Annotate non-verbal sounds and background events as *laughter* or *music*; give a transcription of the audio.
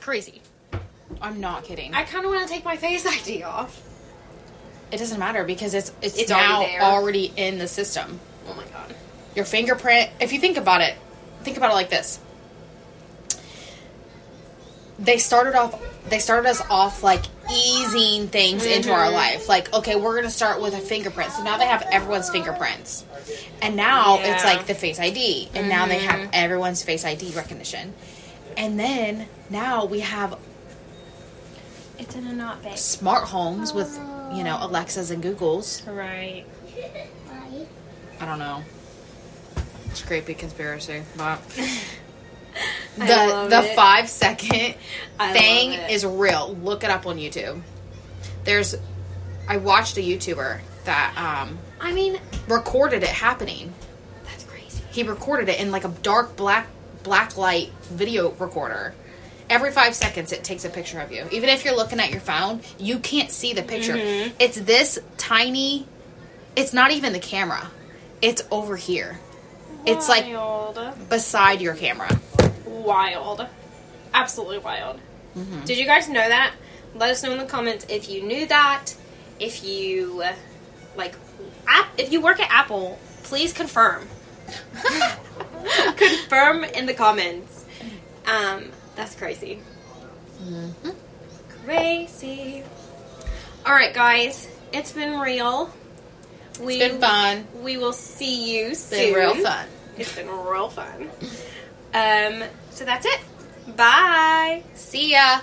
crazy. I'm not kidding. I kind of want to take my face *laughs* ID off. it doesn't matter because it's it's, It's now already already, there. in the system. Oh my god. Your fingerprint. If you think about it, think about it like this. They started off. They started us off like easing things into our Mm-hmm. life. Like, okay, we're gonna start with a fingerprint. So now they have everyone's fingerprints, and now it's Yeah. Mm-hmm. like the Face ID, and now they have everyone's Face ID recognition, and then now we have It's in a not bag. smart homes with you know Alexas and Googles. Right. I don't know. It's a great big conspiracy, *laughs* but I the love the it. five second I love thing it. is real. Look it up on YouTube. There's, I watched a YouTuber that um, I mean, recorded it happening. that's crazy. He recorded it in like a dark black black light video recorder. Every five seconds, it takes a picture of you. Even if you're looking at your phone, you can't see the picture. It's this tiny. It's not even the camera. It's over here. It's like wild. beside your camera. wild. Absolutely wild. Mm-hmm. Did you guys know that? Let us know in the comments if you knew that. If you uh, like app if you work at Apple, *laughs* please confirm. confirm in the comments. Um that's crazy. Mm-hmm. Crazy. All right, guys. It's been real. We It's been fun. we will see you soon. Been real fun. It's been real fun. Um, so that's it. Bye. See ya.